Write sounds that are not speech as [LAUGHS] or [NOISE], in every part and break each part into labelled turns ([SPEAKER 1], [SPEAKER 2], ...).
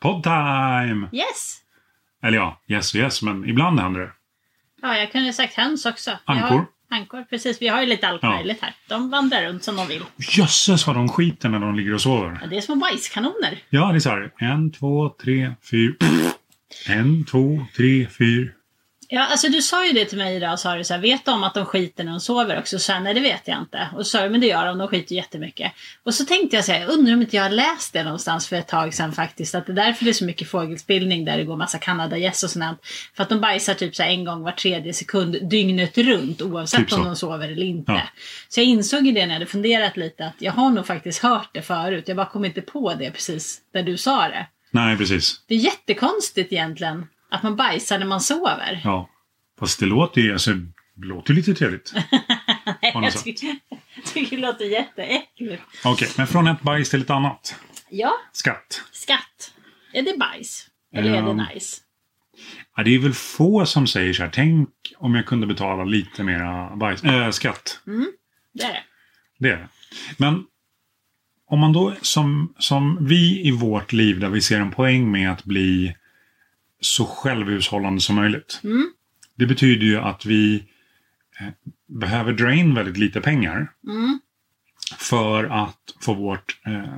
[SPEAKER 1] Podtime!
[SPEAKER 2] Yes!
[SPEAKER 1] Eller ja, yes och yes, men ibland händer det.
[SPEAKER 2] Ja, jag kunde sagt höns också. Vi
[SPEAKER 1] Ankor.
[SPEAKER 2] har- Ankor, precis. Vi har ju lite allt
[SPEAKER 1] Ja.
[SPEAKER 2] möjligt här. De vandrar runt som de vill.
[SPEAKER 1] Jösses vad de skiter när de ligger och sover.
[SPEAKER 2] Ja, det är små bajskanoner.
[SPEAKER 1] Ja, det är så här. En, två, tre, fyra. En, två, tre, fyra.
[SPEAKER 2] Ja, alltså du sa ju det till mig idag, sa du så här, vet de att de skiter när de sover också? Så här, nej det vet jag inte. Och så sa jag, men det gör de, de skiter jättemycket. Och så tänkte jag så här, undrar om inte jag har läst det någonstans för ett tag sedan faktiskt, att det är därför det är så mycket fågelspillning där det går massa kanadagäss och sånt. där. För att de bajsar typ så här en gång var tredje sekund dygnet runt, oavsett
[SPEAKER 1] Typ så.
[SPEAKER 2] om de sover eller inte.
[SPEAKER 1] Ja.
[SPEAKER 2] Så jag insåg ju det när jag hade funderat lite, att jag har nog faktiskt hört det förut, jag bara kom inte på det precis när du sa det.
[SPEAKER 1] Nej, precis.
[SPEAKER 2] Det är jättekonstigt egentligen, att man bajsar när man sover.
[SPEAKER 1] Ja. Fast det låter ju, alltså, det låter ju lite trevligt.
[SPEAKER 2] Nej,
[SPEAKER 1] Har ni
[SPEAKER 2] [LAUGHS] jag
[SPEAKER 1] så?
[SPEAKER 2] tycker, jag tycker det låter jätteäckligt.
[SPEAKER 1] Okej, men från ett bajs till ett annat.
[SPEAKER 2] Ja,
[SPEAKER 1] Skatt.
[SPEAKER 2] skatt. Är det bajs? Eller är
[SPEAKER 1] Ehm.
[SPEAKER 2] det nice?
[SPEAKER 1] Ja, det är väl få som säger så här, tänk om jag kunde betala lite mera bajs, äh, skatt.
[SPEAKER 2] Det är det.
[SPEAKER 1] Det är det. Men om man då som, som vi i vårt liv där vi ser en poäng med att bli så självhushållande som möjligt.
[SPEAKER 2] Mm.
[SPEAKER 1] Det betyder ju att vi eh, behöver dra in väldigt lite pengar
[SPEAKER 2] Mm.
[SPEAKER 1] för att få vårt, eh,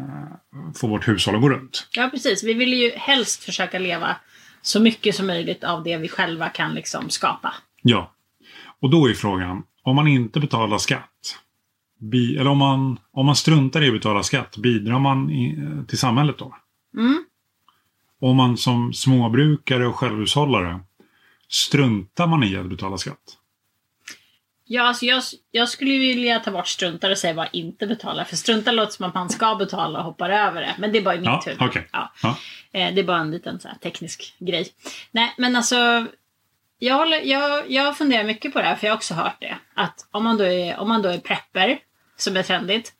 [SPEAKER 1] få vårt hushåll att gå runt.
[SPEAKER 2] Ja, precis. Vi vill ju helst försöka leva så mycket som möjligt av det vi själva kan liksom skapa.
[SPEAKER 1] Ja. Och då är frågan, om man inte betalar skatt, bi- eller om man, om man struntar i att betala skatt, bidrar man i, eh, till samhället då?
[SPEAKER 2] Mm.
[SPEAKER 1] Om man som småbrukare och självhushållare, struntar man i att betala skatt?
[SPEAKER 2] Ja, alltså jag, jag skulle ju vilja ta bort struntar och säga bara inte betala. För struntar låter som att man ska betala och hoppar över det. Men det är bara i mitt
[SPEAKER 1] Ja,
[SPEAKER 2] huvud.
[SPEAKER 1] okej.
[SPEAKER 2] Ja.
[SPEAKER 1] Ja.
[SPEAKER 2] Eh, Det är bara en liten så här, teknisk grej. Nej, men alltså. Jag, håller, jag, jag funderar mycket på det här, för jag har också hört det. Att om man då är, om man då är prepper, som är trendigt,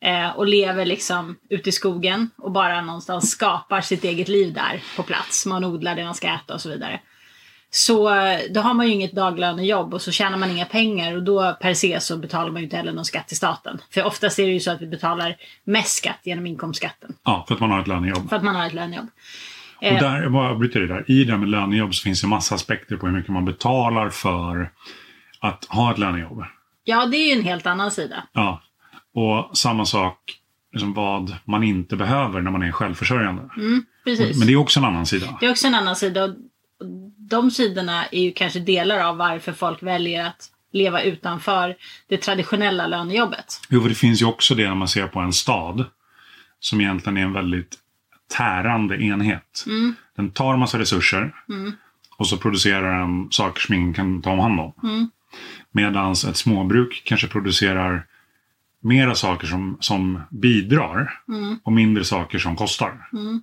[SPEAKER 2] eh, och lever liksom ute i skogen och bara någonstans skapar sitt eget liv där på plats. Man odlar det man ska äta och så vidare. Så eh, då har man ju inget daglönejobb och så tjänar man inga pengar och då per se så betalar man ju inte heller någon skatt till staten. För oftast är det ju så att vi betalar mest skatt genom inkomstskatten.
[SPEAKER 1] Ja, för att man har ett lönejobb.
[SPEAKER 2] För att man har ett lönejobb.
[SPEAKER 1] Och
[SPEAKER 2] Eh.
[SPEAKER 1] där, jag bara avbryter det där. I det här med lönejobb så finns det massa aspekter på hur mycket man betalar för att ha ett lönejobb.
[SPEAKER 2] Ja, det är ju en helt annan sida.
[SPEAKER 1] Ja. Och samma sak, liksom vad man inte behöver när man är självförsörjande.
[SPEAKER 2] Mm. Precis.
[SPEAKER 1] Men det är också en annan sida.
[SPEAKER 2] Det är också en annan sida. och De sidorna är ju kanske delar av varför folk väljer att leva utanför det traditionella lönejobbet.
[SPEAKER 1] Jo, för det finns ju också det när man ser på en stad. Som egentligen är en väldigt tärande enhet.
[SPEAKER 2] Mm.
[SPEAKER 1] Den tar massa resurser. Och så producerar den saker som ingen kan ta om hand om.
[SPEAKER 2] Mm.
[SPEAKER 1] Medan ett småbruk kanske producerar mera saker som, som bidrar.
[SPEAKER 2] Mm.
[SPEAKER 1] Och mindre saker som kostar.
[SPEAKER 2] Mm.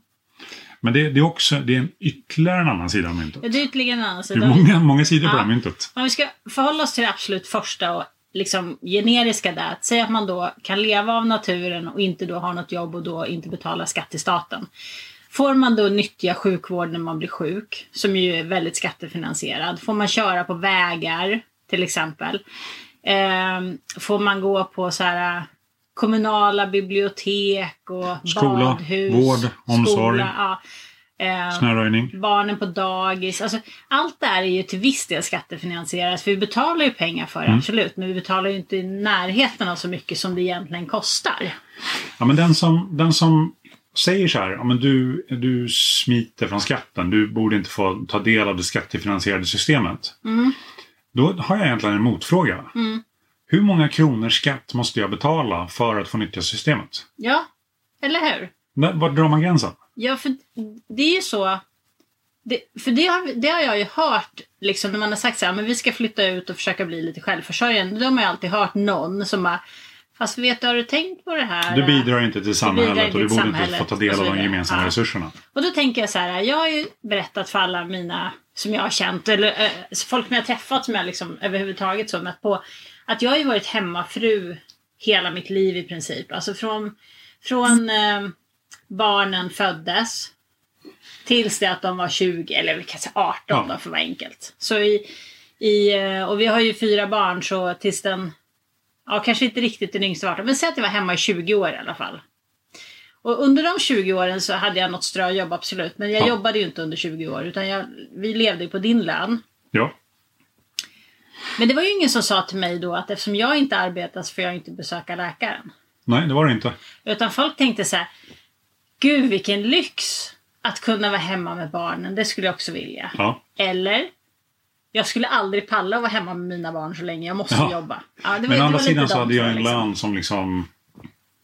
[SPEAKER 1] Men det, det är också det är en ytterligare en annan sida av myntet.
[SPEAKER 2] Det är ytterligare en annan
[SPEAKER 1] Det är
[SPEAKER 2] sida.
[SPEAKER 1] många, många sidor på
[SPEAKER 2] Ja.
[SPEAKER 1] det här myntet.
[SPEAKER 2] Om vi ska förhålla oss till det absolut första och liksom generiska där, att säga att man då kan leva av naturen och inte då ha något jobb och då inte betala skatt till staten. Får man då nyttja sjukvård när man blir sjuk, som ju är väldigt skattefinansierad? Får man köra på vägar, till exempel? Ehm, får man gå på så här äh, kommunala bibliotek och
[SPEAKER 1] Skola,
[SPEAKER 2] badhus?
[SPEAKER 1] vård, omsorg.
[SPEAKER 2] Skola, ja. Ehm,
[SPEAKER 1] Snöröjning.
[SPEAKER 2] barnen på dagis. Alltså, allt det här är ju till viss del skattefinansierat. För vi betalar ju pengar för det,
[SPEAKER 1] Mm.
[SPEAKER 2] absolut. Men vi betalar ju inte i närheten av så mycket som det egentligen kostar.
[SPEAKER 1] Ja, men den som, den som säger så här, ja, men du, du smiter från skatten, du borde inte få ta del av det skattefinansierade systemet.
[SPEAKER 2] Mm.
[SPEAKER 1] Då har jag egentligen en motfråga. Hur många kronor skatt måste jag betala för att få nyttja systemet?
[SPEAKER 2] Ja, eller hur?
[SPEAKER 1] Där- Var drar man gränsen?
[SPEAKER 2] Ja, för det är ju så. Det, för det har, vi- det har jag ju hört, liksom, när man har sagt så här, men vi ska flytta ut och försöka bli lite självförsörjande. Då har man ju alltid hört någon som bara, fast vet du, har du tänkt på det här?
[SPEAKER 1] Du bidrar inte till
[SPEAKER 2] bidrar
[SPEAKER 1] samhället
[SPEAKER 2] inte
[SPEAKER 1] och du
[SPEAKER 2] till
[SPEAKER 1] borde inte
[SPEAKER 2] samhället
[SPEAKER 1] få ta
[SPEAKER 2] och
[SPEAKER 1] del
[SPEAKER 2] så
[SPEAKER 1] av de
[SPEAKER 2] vidare.
[SPEAKER 1] gemensamma
[SPEAKER 2] Ja.
[SPEAKER 1] resurserna.
[SPEAKER 2] Och då tänker jag så här, jag har ju berättat för alla mina som jag har känt, eller eh, folk som jag har träffat som jag liksom överhuvudtaget så mött på, att jag har ju varit hemmafru hela mitt liv i princip. Alltså från, från eh, barnen föddes tills det att de var 20, eller vi kan säga 18
[SPEAKER 1] Ja.
[SPEAKER 2] då för att vara enkelt. Så i, i, eh, och vi har ju fyra barn så tills den, ja kanske inte riktigt den yngsta var 18, men säg att jag var hemma i 20 år i alla fall. Och under de 20 åren så hade jag något ströjobb absolut. Men jag
[SPEAKER 1] Ja.
[SPEAKER 2] jobbade ju inte under 20 år utan jag, vi levde ju på din lön.
[SPEAKER 1] Ja.
[SPEAKER 2] Men det var ju ingen som sa till mig då att eftersom jag inte arbetar så får jag inte besöka läkaren.
[SPEAKER 1] Nej, det var det inte.
[SPEAKER 2] Utan folk tänkte så här, gud vilken lyx att kunna vara hemma med barnen, det skulle jag också vilja.
[SPEAKER 1] Ja.
[SPEAKER 2] Eller, jag skulle aldrig palla att vara hemma med mina barn så länge, jag måste
[SPEAKER 1] Ja.
[SPEAKER 2] jobba. Ja, det var- det
[SPEAKER 1] Men å
[SPEAKER 2] var
[SPEAKER 1] andra
[SPEAKER 2] lite
[SPEAKER 1] sidan så
[SPEAKER 2] de
[SPEAKER 1] hade jag en
[SPEAKER 2] två, liksom.
[SPEAKER 1] lön som liksom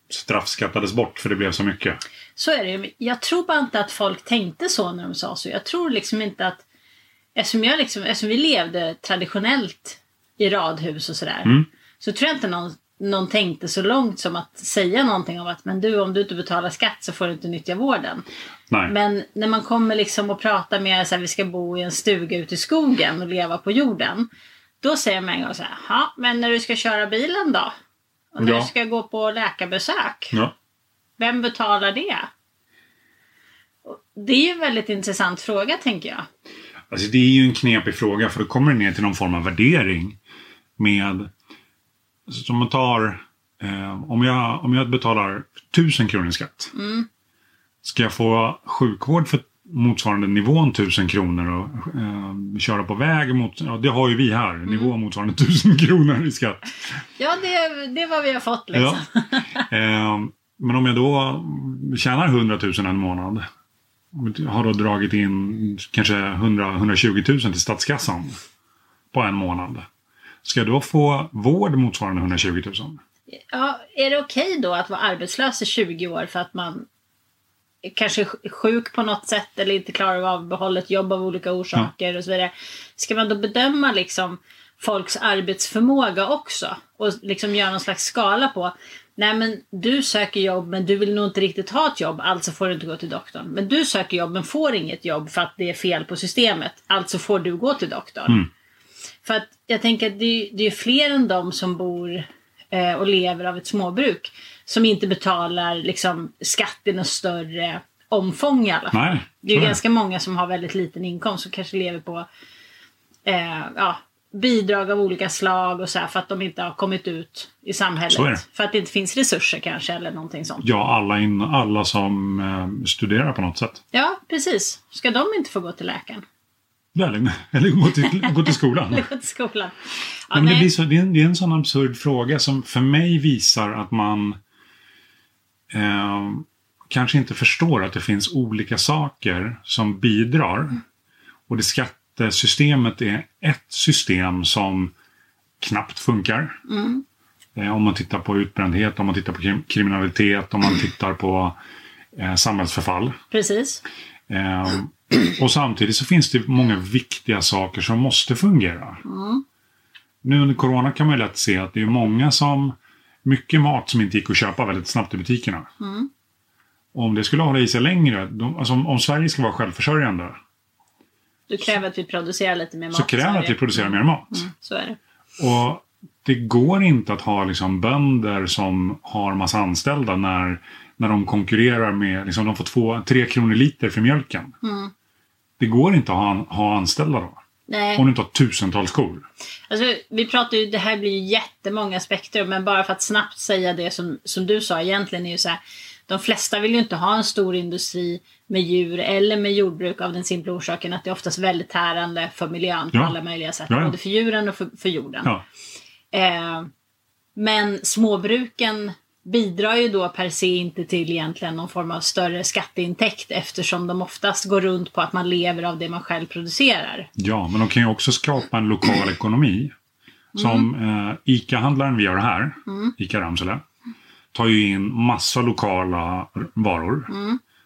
[SPEAKER 1] straffskattades bort för det blev så mycket.
[SPEAKER 2] Så är det ju. Jag tror bara inte att folk tänkte så när de sa så. Jag tror liksom inte att... Eftersom, jag liksom, eftersom vi levde traditionellt i radhus och sådär.
[SPEAKER 1] Mm.
[SPEAKER 2] Så tror jag inte någon, någon tänkte så långt som att säga någonting om att men du, om du inte betalar skatt så får du inte nyttja vården.
[SPEAKER 1] Nej.
[SPEAKER 2] Men när man kommer liksom och pratar mer så här, vi ska bo i en stuga ute i skogen och leva på jorden. Då säger man en gång så här, "Jaha, men när du ska köra bilen då? Och när
[SPEAKER 1] Ja.
[SPEAKER 2] du ska gå på läkarbesök?
[SPEAKER 1] Ja.
[SPEAKER 2] Vem betalar det? Och Det är ju en väldigt intressant fråga tänker jag.
[SPEAKER 1] Alltså det är ju en knepig fråga för då kommer det ner till någon form av värdering. Med... alltså, Som man tar... Eh, om, jag, om jag betalar 1000 kronor i skatt. Ska jag få sjukvård för motsvarande nivån 1000 kronor och eh, köra på väg mot... Ja, det har ju vi här. Nivå motsvarande 1000 kronor i skatt.
[SPEAKER 2] Ja, det, det är vad vi har fått liksom. [LAUGHS]
[SPEAKER 1] Ja. Eh, men om jag då tjänar 100 000 en månad. Har då dragit in kanske 100, 120 000 till statskassan. På en månad. Ska jag då få vård motsvarande 120 000?
[SPEAKER 2] Ja, är det okej då att vara arbetslös i 20 år för att man kanske är sjuk på något sätt eller inte klarar av att behålla ett jobb av olika orsaker och så vidare. Ska man då bedöma liksom folks arbetsförmåga också och liksom göra någon slags skala på Nej men du söker jobb men du vill nog inte riktigt ha ett jobb, alltså får du inte gå till doktorn. Men du söker jobb men får inget jobb för att det är fel på systemet, alltså får du gå till doktorn. För att jag tänker att det, är- det är fler än de som bor eh, och lever av ett småbruk som inte betalar liksom, skatt i något större omfång i alla fall.
[SPEAKER 1] Nej.
[SPEAKER 2] det är ju
[SPEAKER 1] så
[SPEAKER 2] ganska många som har väldigt liten inkomst och kanske lever på eh, ja, bidrag av olika slag och så här för att de inte har kommit ut i
[SPEAKER 1] Så är det.
[SPEAKER 2] samhället. För att det inte finns resurser kanske eller någonting sånt.
[SPEAKER 1] Ja, alla, in, alla som eh, studerar på något sätt.
[SPEAKER 2] Ja, precis. Ska de inte få gå till läkaren?
[SPEAKER 1] Eller, eller gå, till, gå till skolan.
[SPEAKER 2] Eller [LAUGHS] gå till skolan? Ja,
[SPEAKER 1] Nej, men det,
[SPEAKER 2] nej.
[SPEAKER 1] blir så, det, är en, det är en sån absurd fråga som för mig visar att man eh, kanske inte förstår att det finns olika saker som bidrar. Och det skattesystemet är ett system som knappt funkar. Eh, om man tittar på utbrändhet, om man tittar på krim- kriminalitet, om man tittar på eh, samhällsförfall.
[SPEAKER 2] Precis.
[SPEAKER 1] Eh, och samtidigt så finns det många viktiga saker som måste fungera.
[SPEAKER 2] Mm.
[SPEAKER 1] Nu under corona kan man ju lätt se att det är många som... Mycket mat som inte gick att köpa väldigt snabbt i butikerna.
[SPEAKER 2] Mm.
[SPEAKER 1] Och Om det skulle hålla i sig längre, de, alltså om, om Sverige ska vara självförsörjande,
[SPEAKER 2] Du kräver att vi producerar lite mer mat
[SPEAKER 1] så
[SPEAKER 2] i
[SPEAKER 1] kräver att
[SPEAKER 2] Sverige. Mm.
[SPEAKER 1] vi producerar mer mat.
[SPEAKER 2] Så är det.
[SPEAKER 1] Och det går inte att ha liksom bönder som har massa anställda när, när de konkurrerar med, liksom de får två, tre kronor liter för mjölken. Det går inte att ha, ha anställda då.
[SPEAKER 2] Nej,
[SPEAKER 1] Om du inte har tusentals skor.
[SPEAKER 2] alltså, vi pratar ju, det här blir ju jättemånga spektrum, men bara för att snabbt säga det som, som du sa egentligen är ju så här, de flesta vill ju inte ha en stor industri med djur eller med jordbruk av den simpla orsaken att det är oftast väldigt tärande för miljön på
[SPEAKER 1] Ja.
[SPEAKER 2] alla möjliga sätt,
[SPEAKER 1] Ja, ja.
[SPEAKER 2] både för djuren och för, för jorden.
[SPEAKER 1] Ja,
[SPEAKER 2] Eh, men småbruken bidrar ju då per se inte till egentligen någon form av större skatteintäkt eftersom de oftast går runt på att man lever av det man själv producerar.
[SPEAKER 1] ja men de kan ju också skapa en lokal ekonomi. Som eh, ICA-handlaren vi gör här, ICA Ramsele, tar ju in massa lokala r- varor.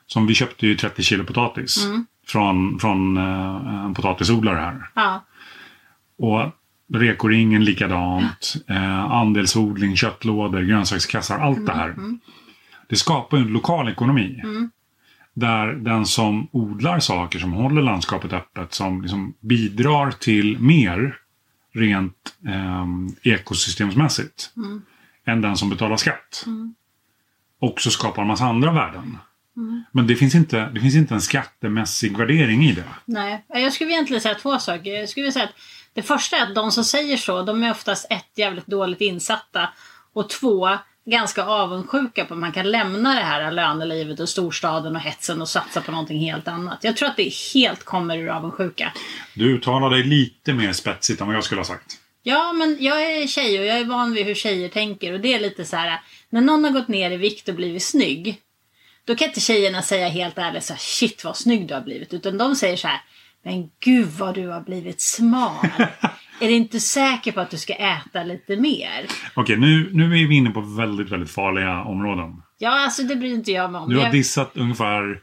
[SPEAKER 1] Som vi köpte ju 30 kilo potatis från, från eh, en potatisodlare här.
[SPEAKER 2] Ja.
[SPEAKER 1] Och rekoringen likadant, eh, andelsodling, köttlådor, grönsakskassar, allt det här. Det skapar ju en lokal ekonomi. Där den som odlar saker, som håller landskapet öppet, som liksom bidrar till mer rent ehm, ekosystemsmässigt än den som betalar skatt. Också skapar en massa andra värden. Men det finns, inte, det finns inte en skattemässig värdering i det.
[SPEAKER 2] Nej, jag skulle egentligen säga två saker. Jag skulle säga att det första är att de som säger så, de är oftast ett jävligt dåligt insatta och två, ganska avundsjuka på att man kan lämna det här lönelivet och storstaden och hetsen och satsa på någonting helt annat. Jag tror att det helt kommer ur avundsjuka.
[SPEAKER 1] Du uttalar dig lite mer spetsigt än vad jag skulle ha sagt.
[SPEAKER 2] Ja, men jag är tjej och jag är van vid hur tjejer tänker och det är lite så här när någon har gått ner i vikt och blivit snygg då kan inte tjejerna säga helt ärligt så här, shit vad snygg du har blivit utan de säger så här men gud vad du har
[SPEAKER 1] [LAUGHS]
[SPEAKER 2] blivit smal. är du inte säker på att du ska äta lite mer?
[SPEAKER 1] Okej, nu, nu är vi inne på väldigt, väldigt farliga områden.
[SPEAKER 2] Ja, alltså det bryr inte jag mig om.
[SPEAKER 1] Du har
[SPEAKER 2] Jag-
[SPEAKER 1] dissat ungefär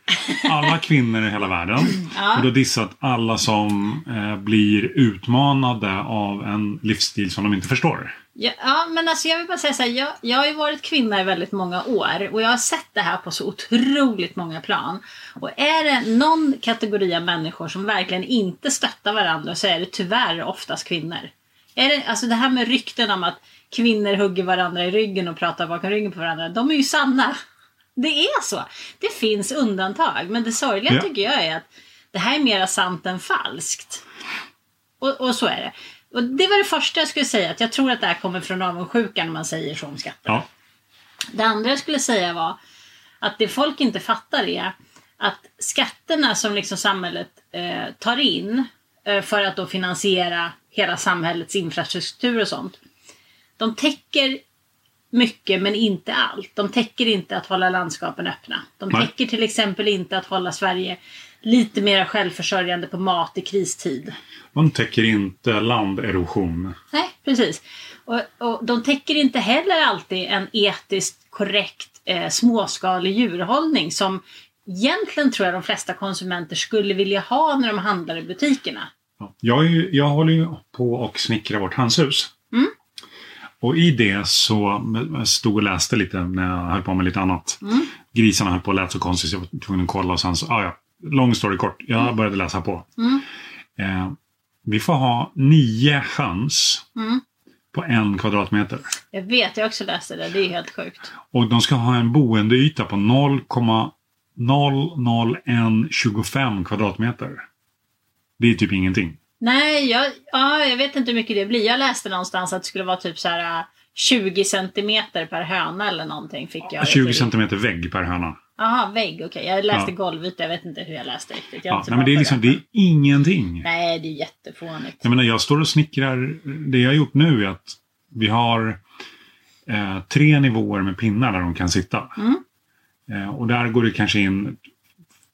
[SPEAKER 1] alla kvinnor i hela världen.
[SPEAKER 2] Ja.
[SPEAKER 1] Och du har dissat alla som eh, blir utmanade av en livsstil som de inte förstår.
[SPEAKER 2] Ja, ja, men alltså jag vill bara säga så här, jag, jag har ju varit kvinna i väldigt många år och jag har sett det här på så otroligt många plan. Och är det någon kategori av människor som verkligen inte stöttar varandra så är det tyvärr oftast kvinnor. Är det, alltså det här med rykten om att kvinnor hugger varandra i ryggen och pratar bakom ryggen på varandra, de är ju sanna. Det är så. Det finns undantag, men det sorgliga
[SPEAKER 1] Ja.
[SPEAKER 2] tycker jag är att det här är mera sant än falskt. Och, och så är det. Och det var det första jag skulle säga, att jag tror att det här kommer från avundsjukan när man säger så om skatter.
[SPEAKER 1] Ja.
[SPEAKER 2] Det andra jag skulle säga var att det folk inte fattar är att skatterna som liksom samhället eh, tar in eh, för att då finansiera hela samhällets infrastruktur och sånt. De täcker mycket men inte allt. De täcker inte att hålla landskapen öppna. De
[SPEAKER 1] Nej.
[SPEAKER 2] täcker till exempel inte att hålla Sverige lite mer självförsörjande på mat i kristid.
[SPEAKER 1] De täcker inte landerosion.
[SPEAKER 2] Nej, precis. Och, och de täcker inte heller alltid en etiskt korrekt eh, småskalig djurhållning som egentligen tror jag de flesta konsumenter skulle vilja ha när de handlar i butikerna.
[SPEAKER 1] Ja. Jag, är ju, jag håller ju på och snickrar vårt hönshus.
[SPEAKER 2] Mm.
[SPEAKER 1] Och i det så jag stod och läste lite när jag höll på med lite annat.
[SPEAKER 2] Mm.
[SPEAKER 1] Grisarna höll på och lät så konstigt så jag var tvungen att kolla och sen så, ah, ja, lång story kort, jag började läsa på.
[SPEAKER 2] Mm.
[SPEAKER 1] Eh, vi får ha nio höns
[SPEAKER 2] Mm.
[SPEAKER 1] på en kvadratmeter.
[SPEAKER 2] Jag vet, jag också läste det. Det är helt sjukt.
[SPEAKER 1] Och de ska ha en boendeyta på 0,00125 kvadratmeter. Det är typ ingenting.
[SPEAKER 2] Nej, jag, ja, jag vet inte hur mycket det blir. Jag läste någonstans att det skulle vara typ så här eh, 20 centimeter per höna eller någonting. Fick jag
[SPEAKER 1] 20 centimeter vägg per höna.
[SPEAKER 2] Jaha, vägg. Okej, jag läste
[SPEAKER 1] Ja.
[SPEAKER 2] golvyta. Jag vet inte hur jag läste riktigt. Jag är
[SPEAKER 1] Ja,
[SPEAKER 2] inte så
[SPEAKER 1] nej, men
[SPEAKER 2] bra
[SPEAKER 1] det är
[SPEAKER 2] på
[SPEAKER 1] liksom, det är ingenting.
[SPEAKER 2] Nej, det är jättefånigt.
[SPEAKER 1] Jag menar, jag står och snickrar. Det jag har gjort nu är att vi har eh, tre nivåer med pinnar där de kan sitta.
[SPEAKER 2] Mm.
[SPEAKER 1] Eh, och där går det kanske in...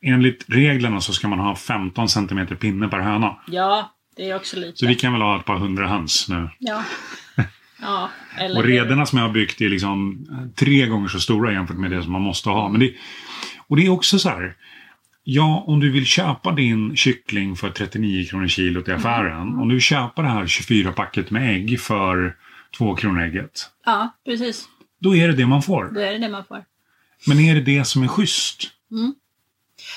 [SPEAKER 1] Enligt reglerna så ska man ha 15 centimeter pinne per höna.
[SPEAKER 2] Ja, det är också lite.
[SPEAKER 1] Så vi kan väl ha ett par hundra höns nu. [LAUGHS]
[SPEAKER 2] Ja. ja eller
[SPEAKER 1] Och
[SPEAKER 2] hur?
[SPEAKER 1] rederna som jag har byggt är liksom tre gånger så stora jämfört med det som man måste ha. Men det, och det är också så här. Ja, om du vill köpa din kyckling för 39 kronor kilot i affären.
[SPEAKER 2] Mm.
[SPEAKER 1] Om du köper det här 24-packet med ägg för 2 kronor ägget.
[SPEAKER 2] Ja, precis.
[SPEAKER 1] Då är det det man får.
[SPEAKER 2] Då är det det man får.
[SPEAKER 1] Men är det det som är schysst?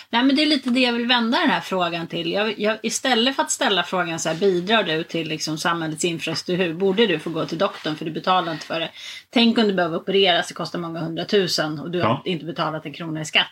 [SPEAKER 2] Nej, men det är lite det jag vill vända den här frågan till. Jag, jag, istället för att ställa frågan så här, bidrar du till liksom samhällets infrastruktur? Borde du få gå till doktorn för du betalar inte för det? Tänk om du behöver opereras, det kostar många hundratusen och du har
[SPEAKER 1] Ja.
[SPEAKER 2] inte betalat en krona i skatt.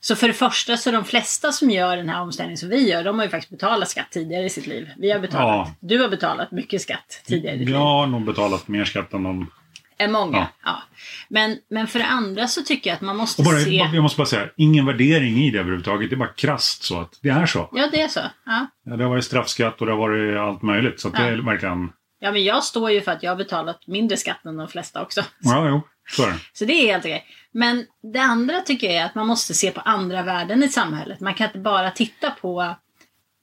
[SPEAKER 2] Så för det första så de flesta som gör den här omställningen som vi gör, de har ju faktiskt betalat skatt tidigare i sitt liv. Vi har betalat,
[SPEAKER 1] Ja.
[SPEAKER 2] du har betalat mycket skatt tidigare i ditt
[SPEAKER 1] Jag
[SPEAKER 2] liv.
[SPEAKER 1] har nog betalat mer skatt än de...
[SPEAKER 2] Är många. Ja.
[SPEAKER 1] Ja.
[SPEAKER 2] Men, men för det andra så tycker jag att man måste
[SPEAKER 1] Och bara,
[SPEAKER 2] se...
[SPEAKER 1] jag måste bara säga, ingen värdering i det överhuvudtaget. Det är bara krasst så att det är så.
[SPEAKER 2] Ja, det är så. Ja.
[SPEAKER 1] Ja, Det har varit straffskatt och det har varit allt möjligt. Så att det
[SPEAKER 2] Ja.
[SPEAKER 1] är verkligen...
[SPEAKER 2] ja, men jag står ju för att jag har betalat mindre skatt än de flesta också.
[SPEAKER 1] Ja, jo. Så är det.
[SPEAKER 2] Så det är helt okej. Men det andra tycker jag är att man måste se på andra värden i samhället. Man kan inte bara titta på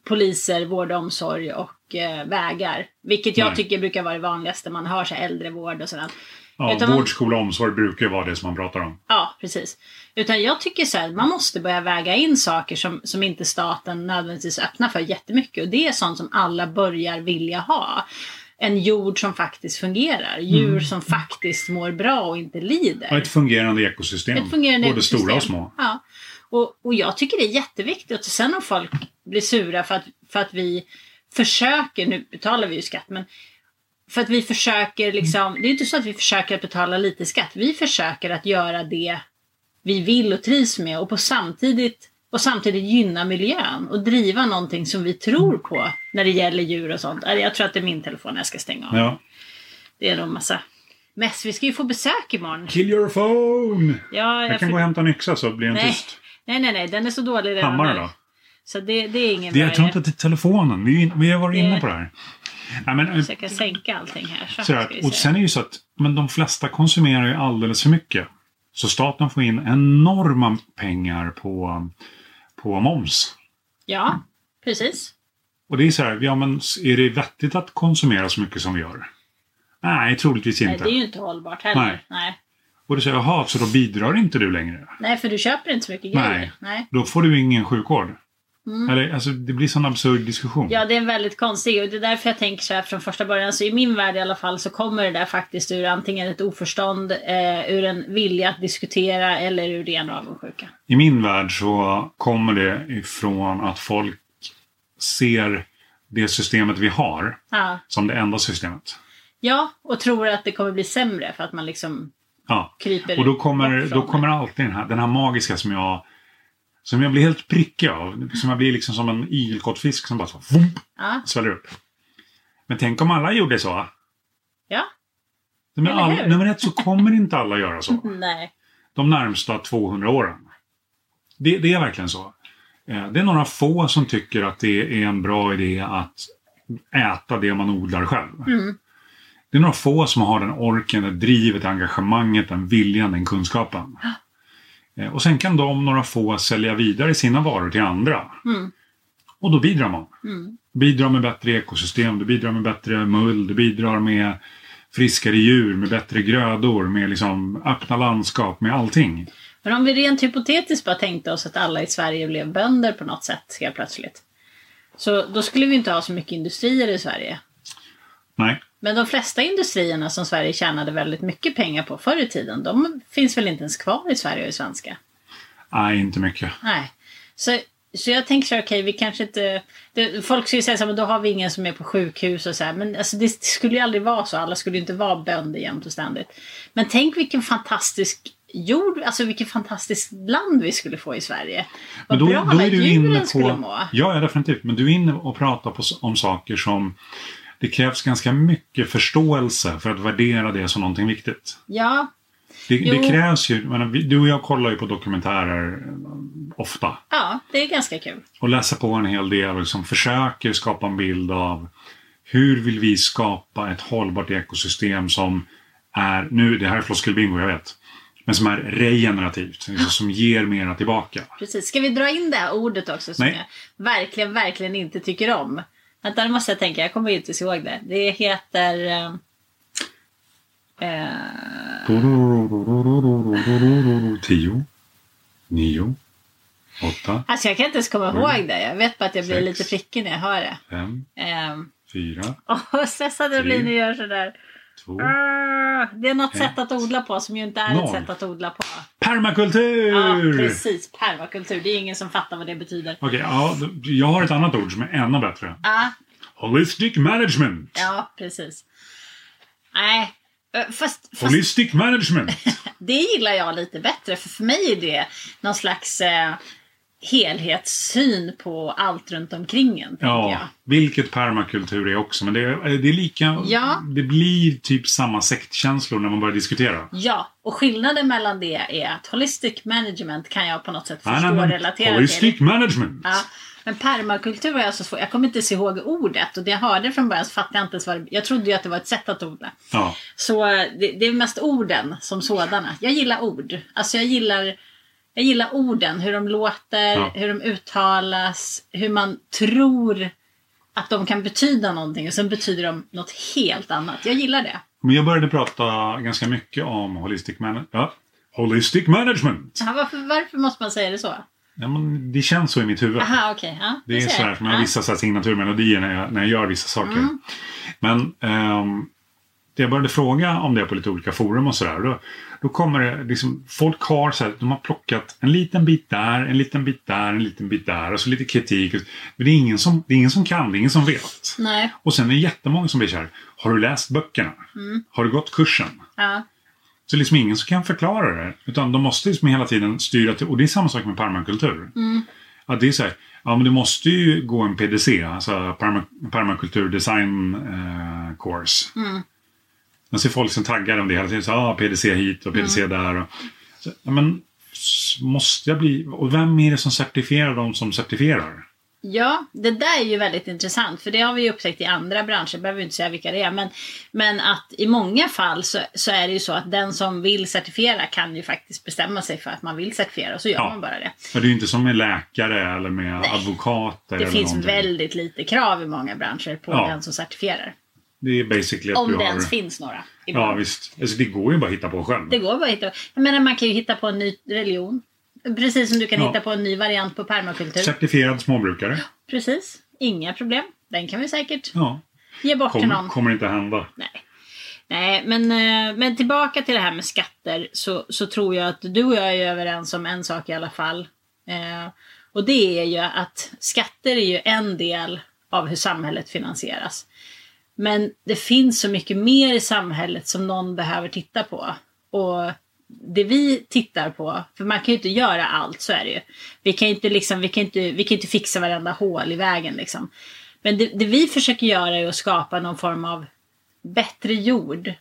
[SPEAKER 2] poliser, vård och omsorg och eh, vägar. Vilket jag
[SPEAKER 1] Nej.
[SPEAKER 2] tycker brukar vara det vanligaste. Man hör så här äldrevård och sådant.
[SPEAKER 1] Ja,
[SPEAKER 2] Utan man-
[SPEAKER 1] vård, skola och omsorg brukar ju vara det som man pratar om.
[SPEAKER 2] Ja, precis. Utan jag tycker så här, man måste börja väga in saker som, som inte staten nödvändigtvis öppnar för jättemycket. Och det är sånt som alla börjar vilja ha. En jord som faktiskt fungerar. Djur som faktiskt mår bra och inte lider.
[SPEAKER 1] Mm. Och ett fungerande ekosystem.
[SPEAKER 2] Ett fungerande
[SPEAKER 1] Både
[SPEAKER 2] ekosystem.
[SPEAKER 1] stora och små.
[SPEAKER 2] Ja. Och, och jag tycker det är jätteviktigt. Och sen om folk blir sura för att, för att vi försöker, nu betalar vi ju skatt, men för att vi försöker liksom,
[SPEAKER 1] Mm.
[SPEAKER 2] det är inte så att vi försöker att betala lite skatt. Vi försöker att göra det vi vill och trivs med och på samtidigt och samtidigt gynna miljön och driva någonting som vi tror på när det gäller djur och sånt. Eller, Jag tror att det är min telefon jag ska stänga av.
[SPEAKER 1] Ja.
[SPEAKER 2] Det är nog massa Mess, vi ska ju få besök imorgon.
[SPEAKER 1] Kill your phone!
[SPEAKER 2] Ja,
[SPEAKER 1] Jag kan
[SPEAKER 2] för-
[SPEAKER 1] gå och hämta en yxa så blir den
[SPEAKER 2] nej.
[SPEAKER 1] tyst.
[SPEAKER 2] nej, nej, nej, den är så dålig redan
[SPEAKER 1] Hammare
[SPEAKER 2] nu.
[SPEAKER 1] då?
[SPEAKER 2] Så det, det är ingen
[SPEAKER 1] Det, jag
[SPEAKER 2] bra
[SPEAKER 1] tror
[SPEAKER 2] idé.
[SPEAKER 1] inte att det är telefonen. Vi, är in- vi har varit inne
[SPEAKER 2] Det-
[SPEAKER 1] på det här. Nej, men, eh,
[SPEAKER 2] försöka sänka allting här. Så,
[SPEAKER 1] sådär,
[SPEAKER 2] här ska vi
[SPEAKER 1] och
[SPEAKER 2] se.
[SPEAKER 1] sen är det ju så att men de flesta konsumerar ju alldeles för mycket. Så staten får in enorma pengar på, på moms.
[SPEAKER 2] Ja, precis.
[SPEAKER 1] Och det är så här, ja men är det vettigt att konsumera så mycket som vi gör? Nej, troligtvis
[SPEAKER 2] Nej,
[SPEAKER 1] inte.
[SPEAKER 2] det är ju inte hållbart heller.
[SPEAKER 1] Nej.
[SPEAKER 2] Nej. Nej.
[SPEAKER 1] Och du säger, jaha, så då bidrar inte du längre?
[SPEAKER 2] för du köper inte så mycket
[SPEAKER 1] Nej.
[SPEAKER 2] grejer. Nej.
[SPEAKER 1] Då får du ingen sjukvård.
[SPEAKER 2] Mm.
[SPEAKER 1] Eller, alltså, det blir sån absurd diskussion.
[SPEAKER 2] Ja, det är en väldigt konstig och det är därför jag tänker så här från första början. Så i min värld i alla fall så kommer det där faktiskt ur antingen ett oförstånd, eh, ur en vilja att diskutera eller ur ren avundsjuka.
[SPEAKER 1] I min värld så kommer det ifrån att folk ser det systemet vi har
[SPEAKER 2] Ja.
[SPEAKER 1] som det enda systemet.
[SPEAKER 2] ja, och tror att det kommer bli sämre för att man liksom
[SPEAKER 1] Ja.
[SPEAKER 2] kryper
[SPEAKER 1] Och då kommer,
[SPEAKER 2] bort från
[SPEAKER 1] då kommer alltid den här, den här magiska som jag som jag blir helt prickig av. Som jag blir liksom som en igelkottfisk som bara så, vump,
[SPEAKER 2] det. Ja,
[SPEAKER 1] sväller upp. Men tänk om alla gjorde så.
[SPEAKER 2] ja.
[SPEAKER 1] Men
[SPEAKER 2] Eller
[SPEAKER 1] all,
[SPEAKER 2] hur?
[SPEAKER 1] nummer ett så kommer inte alla göra så.
[SPEAKER 2] Mm. nej.
[SPEAKER 1] de närmsta 200 åren. Det, det är verkligen så. Eh, Det är några få som tycker att det är en bra idé att äta det man odlar själv.
[SPEAKER 2] Mm.
[SPEAKER 1] Det är några få som har den orken, det drivet, det engagemanget, den viljan, den kunskapen. Eh, Och sen kan de, några få, sälja vidare sina varor till andra.
[SPEAKER 2] Mm.
[SPEAKER 1] Och då bidrar man.
[SPEAKER 2] Mm.
[SPEAKER 1] Du bidrar med bättre ekosystem, du bidrar med bättre mull, du bidrar med friskare djur, med bättre grödor, med liksom öppna landskap, med allting.
[SPEAKER 2] Men om vi rent hypotetiskt bara tänkte oss att alla i Sverige blev bönder på något sätt helt plötsligt. Så då skulle vi inte ha så mycket industrier i Sverige.
[SPEAKER 1] Nej,
[SPEAKER 2] Men de flesta industrierna som Sverige tjänade väldigt mycket pengar på förr i tiden, de finns väl inte ens kvar i Sverige och i svenska?
[SPEAKER 1] nej inte mycket.
[SPEAKER 2] Nej. Så, så jag tänker så här, okej, vi kanske inte... Det, folk skulle säga så här, men då har vi ingen som är på sjukhus och så här. Men alltså, det skulle ju aldrig vara så. Alla skulle ju inte vara bönder jämt och ständigt. Men tänk vilken fantastisk jord, alltså vilken fantastisk land vi skulle få i Sverige. Vad bra alla djuren skulle må.
[SPEAKER 1] Ja, ja, definitivt. Men du är inne och pratar på, s- om saker som det krävs ganska mycket förståelse för att värdera det som någonting viktigt.
[SPEAKER 2] Ja,
[SPEAKER 1] Det, det
[SPEAKER 2] Jo.
[SPEAKER 1] krävs ju, jag menar, vi- du och jag kollar ju på dokumentärer eh, ofta
[SPEAKER 2] ja, det är ganska kul.
[SPEAKER 1] och läser på en hel del och liksom försöker skapa en bild av hur vill vi skapa ett hållbart ekosystem som är, nu det här är floskelbingo, jag vet, men som är regenerativt, liksom, som ger mera tillbaka.
[SPEAKER 2] Precis. Ska vi dra in det här ordet också som
[SPEAKER 1] Nej.
[SPEAKER 2] jag verkligen, verkligen inte tycker om? Vänta, nu måste jag tänka. Jag kommer inte ihåg det. Det heter... eh, Eh,
[SPEAKER 1] Tio. Nio. Åtta.
[SPEAKER 2] alltså jag kan inte ens komma ihåg det. Jag vet bara att jag blir
[SPEAKER 1] Mm. Sex.
[SPEAKER 2] lite prickig när jag hör det.
[SPEAKER 1] Fem.
[SPEAKER 2] Eh,
[SPEAKER 1] Fyra.
[SPEAKER 2] [LAUGHS] och vad stressad jag blir när jag gör sådär.
[SPEAKER 1] Två.
[SPEAKER 2] Ah, Det är något
[SPEAKER 1] Ett.
[SPEAKER 2] sätt att odla på som ju inte är
[SPEAKER 1] Noll.
[SPEAKER 2] ett sätt att odla på.
[SPEAKER 1] Permakultur!
[SPEAKER 2] Ja, precis. Permakultur. Det är ingen som fattar vad det betyder.
[SPEAKER 1] Okej, ja, då- jag har ett annat ord som är ännu bättre.
[SPEAKER 2] Ah,
[SPEAKER 1] Holistic management!
[SPEAKER 2] ja, precis. Nej, eh, fast, fast
[SPEAKER 1] Holistic
[SPEAKER 2] [LAUGHS]
[SPEAKER 1] management!
[SPEAKER 2] Det gillar jag lite bättre, för för mig är det någon slags eh, helhetssyn på allt runt omkring en. tänker
[SPEAKER 1] Ja,
[SPEAKER 2] jag.
[SPEAKER 1] vilket permakultur är också. Men det är, eh, det är lika...
[SPEAKER 2] Ja.
[SPEAKER 1] Det blir typ samma sektkänslor när man börjar diskutera.
[SPEAKER 2] ja, och skillnaden mellan det är att holistic management kan jag på något sätt
[SPEAKER 1] Nej,
[SPEAKER 2] förstå
[SPEAKER 1] nej,
[SPEAKER 2] och
[SPEAKER 1] men
[SPEAKER 2] relatera till.
[SPEAKER 1] Holistic management!
[SPEAKER 2] Ja, men permakultur var jag så svår. Jag kommer inte ens ihåg ordet och det jag hörde från början så fattade jag inte ens vad det, Jag trodde ju att det var ett sätt att odla.
[SPEAKER 1] Ja.
[SPEAKER 2] Så eh, det, det är mest orden som sådana. Jag gillar ord. Alltså jag gillar, jag gillar orden, hur de låter,
[SPEAKER 1] Ja.
[SPEAKER 2] hur de uttalas, hur man tror att de kan betyda någonting och sen betyder de något helt annat. Jag gillar det.
[SPEAKER 1] Men jag började prata ganska mycket om holistic, man- ja, holistic management.
[SPEAKER 2] Aha, varför, varför måste man säga det så?
[SPEAKER 1] Ja, men det känns så i mitt huvud.
[SPEAKER 2] Aha, okej. Ja, Mm.
[SPEAKER 1] det är så här, för man har vissa så här signaturmelodier när jag, när jag gör vissa saker. Men ehm, jag började fråga om det på lite olika forum och sådär. Då, då kommer det liksom, folk har så här, de har plockat en liten bit där, en liten bit där, en liten bit där och så lite kritik. Men det är ingen som, det är ingen som kan, det är ingen som vet.
[SPEAKER 2] Nej,
[SPEAKER 1] Och sen är det jättemånga som blir så här, har du läst böckerna?
[SPEAKER 2] Mm.
[SPEAKER 1] Har du gått kursen?
[SPEAKER 2] ja.
[SPEAKER 1] Så liksom ingen som kan förklara det. Utan de måste liksom hela tiden styra till, och det är samma sak med permakultur.
[SPEAKER 2] Mm.
[SPEAKER 1] Att det är så här, ja men du måste ju gå en
[SPEAKER 2] Mm.
[SPEAKER 1] PDC, alltså perma, permakultur design eh, course. Man ser folk som taggar om det hela tiden. Så, ah, PDC hit och PDC
[SPEAKER 2] Mm.
[SPEAKER 1] där. Och, så, ja, men, s- måste jag bli... Och vem är det som certifierar de som certifierar?
[SPEAKER 2] Ja, det där är ju väldigt intressant för det har vi ju upptäckt i andra branscher, behöver vi inte säga vilka det är, men, men att i många fall så, så är det ju så att den som vill certifiera kan ju faktiskt bestämma sig för att man vill certifiera och så gör
[SPEAKER 1] Ja.
[SPEAKER 2] man bara det.
[SPEAKER 1] Ja, det är ju inte som med läkare eller med advokater.
[SPEAKER 2] Det
[SPEAKER 1] eller
[SPEAKER 2] finns
[SPEAKER 1] någonting.
[SPEAKER 2] väldigt lite krav i många branscher på
[SPEAKER 1] Ja.
[SPEAKER 2] den som certifierar.
[SPEAKER 1] Det är basically att
[SPEAKER 2] Om
[SPEAKER 1] du
[SPEAKER 2] det
[SPEAKER 1] har...
[SPEAKER 2] ens finns några. ibland.
[SPEAKER 1] Ja, visst. Alltså, det går ju bara att hitta på själv.
[SPEAKER 2] Det går bara att hitta. Jag menar, man kan ju hitta på en ny religion. Precis som du kan
[SPEAKER 1] Ja.
[SPEAKER 2] hitta på en ny variant på permakultur.
[SPEAKER 1] Certifierad småbrukare.
[SPEAKER 2] Precis. Inga problem. Den kan vi säkert
[SPEAKER 1] Ja.
[SPEAKER 2] ge bort till
[SPEAKER 1] Kom,
[SPEAKER 2] någon.
[SPEAKER 1] kommer inte hända.
[SPEAKER 2] Nej. Nej, men, eh, men tillbaka till det här med skatter så, så tror jag att du och jag är överens om en sak i alla fall. Eh, och det är ju att skatter är ju en del av hur samhället finansieras. Men det finns så mycket mer i samhället som någon behöver titta på. Och det vi tittar på, för man kan ju inte göra allt, så är det ju. Vi kan ju inte, liksom, vi kan inte, vi kan inte fixa varenda hål i vägen liksom. Men det, det vi försöker göra är att skapa någon form av bättre jord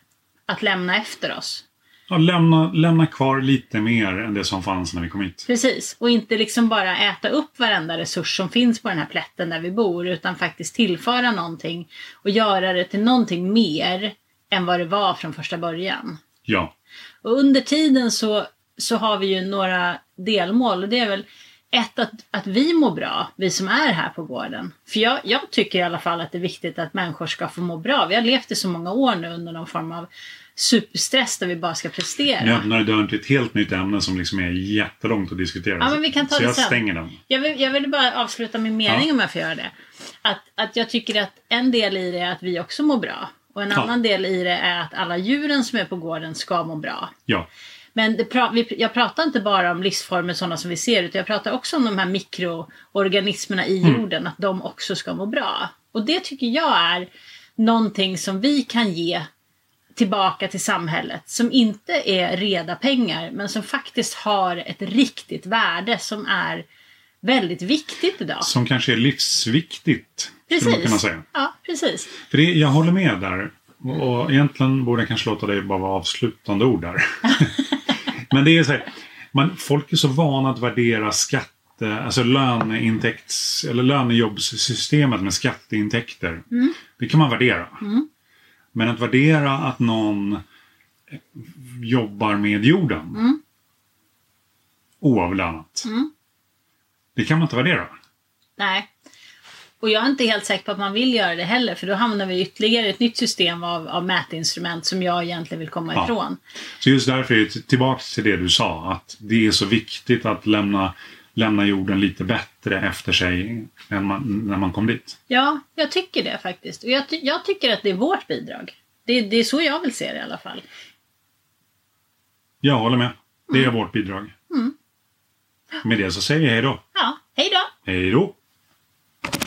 [SPEAKER 2] att lämna efter oss.
[SPEAKER 1] Ja, lämna, lämna kvar lite mer än det som fanns när vi kom hit.
[SPEAKER 2] Precis, och inte liksom bara äta upp varenda resurs som finns på den här plätten där vi bor, utan faktiskt tillföra någonting och göra det till någonting mer än vad det var från första början.
[SPEAKER 1] Ja.
[SPEAKER 2] Och under tiden så, så har vi ju några delmål och det är väl ett, att, att vi mår bra, vi som är här på gården. För jag, jag tycker i alla fall att det är viktigt att människor ska få må bra. Vi har levt i så många år nu under någon form av superstress där vi bara ska prestera.
[SPEAKER 1] Nu öppnar du dörren till ett helt nytt ämne som liksom är jättelångt att diskutera.
[SPEAKER 2] Ja, men vi kan ta
[SPEAKER 1] så
[SPEAKER 2] det
[SPEAKER 1] jag
[SPEAKER 2] sen.
[SPEAKER 1] stänger den.
[SPEAKER 2] Jag vill, jag vill bara avsluta min mening
[SPEAKER 1] Ja.
[SPEAKER 2] om jag får göra det. Att, att jag tycker att en del i det är att vi också mår bra. Och en
[SPEAKER 1] Ja.
[SPEAKER 2] annan del i det är att alla djuren som är på gården ska må bra.
[SPEAKER 1] Ja.
[SPEAKER 2] Men det pra- vi, jag pratar inte bara om livsformer sådana som vi ser utan jag pratar också om de här mikroorganismerna i
[SPEAKER 1] Mm.
[SPEAKER 2] jorden, att de också ska må bra. Och det tycker jag är någonting som vi kan ge tillbaka till samhället som inte är reda pengar men som faktiskt har ett riktigt värde som är väldigt viktigt idag.
[SPEAKER 1] Som kanske är livsviktigt. Skulle man kunna
[SPEAKER 2] Precis.
[SPEAKER 1] säga.
[SPEAKER 2] Ja, precis.
[SPEAKER 1] För det, jag håller med där. Och, och egentligen borde jag kanske låta dig bara vara avslutande ord där. Men det är så här, man, folk är så vana att värdera skatte, alltså löneintäkts, eller lönejobbssystemet med skatteintäkter. Det kan man värdera. Men att värdera att någon eh, jobbar med jorden oavlönat. Det kan man inte värdera.
[SPEAKER 2] Nej. Och jag är inte helt säker på att man vill göra det heller för då hamnar vi i ytterligare ett nytt system av, av mätinstrument som jag egentligen vill komma
[SPEAKER 1] Ja.
[SPEAKER 2] ifrån.
[SPEAKER 1] Så just därför är det tillbaka till det du sa, att det är så viktigt att lämna, lämna jorden lite bättre efter sig än man, när man kom dit.
[SPEAKER 2] Ja, jag tycker det faktiskt. Och jag, ty- jag tycker att det är vårt bidrag. Det, det är så jag vill se det i alla fall.
[SPEAKER 1] Jag håller med. Det är vårt bidrag. Med det så säger vi hej då.
[SPEAKER 2] Ja, hej då!
[SPEAKER 1] Hej då!